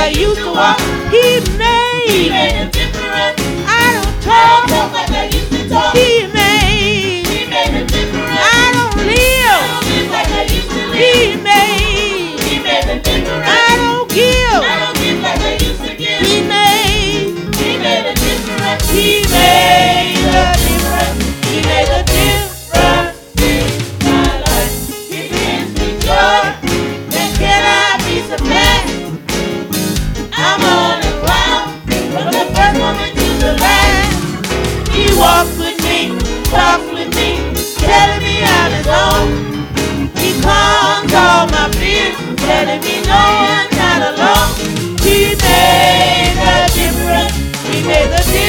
over. He made. He made a difference. I don't I talk. don't like I used to talk. He made. He made a difference. I don't live. I live like I used to live. He made. He made a I difference. don't give. I don't give like I used to give. He made. He made a difference. He made a difference. He made a difference. My life. He gives me joy. Then can I be surpassed? I'm on a cloud from the first moment to the last. He walks with me, talks with me, telling me I'm his own. He calms all my fears, telling me no, I'm not alone. He made a difference. He made a difference.